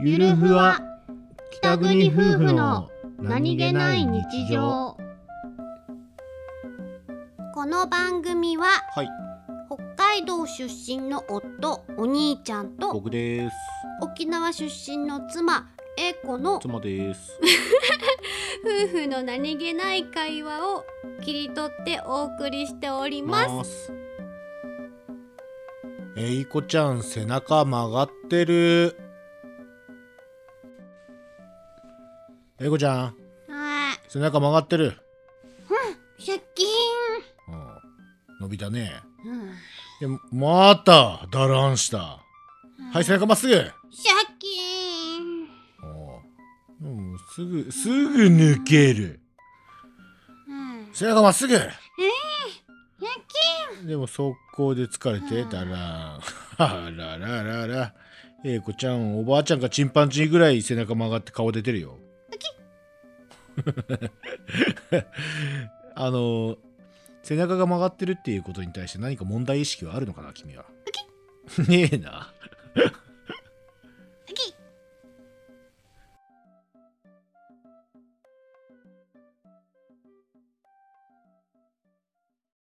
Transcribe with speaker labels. Speaker 1: ゆるふわ北国夫婦の
Speaker 2: この番組は
Speaker 1: はい
Speaker 2: 北海道出身の夫お兄ちゃんと
Speaker 1: 僕です
Speaker 2: 沖縄出身の妻英子の夫
Speaker 1: 妻です
Speaker 2: 婦の何気ない会話を切り取ってお送りしております
Speaker 1: すえいこちゃん背中曲がってるえいこちゃん
Speaker 2: あ
Speaker 1: 背中曲がってる、
Speaker 2: ー借金
Speaker 1: うん、伸びたね
Speaker 2: う
Speaker 1: で
Speaker 2: ん
Speaker 1: まただらんしたはい背中まっすぐ
Speaker 2: 借金
Speaker 1: おうでもすぐすぐ抜ける
Speaker 2: うん
Speaker 1: 背中まっすぐ
Speaker 2: 借
Speaker 1: でも速攻で疲れて
Speaker 2: うん
Speaker 1: だらんあららららえいこちゃんおばあちゃんかチンパンジーぐらい背中曲がって顔出てるよあの背中が曲がってるっていうことに対して何か問題意識はあるのかな君はねえな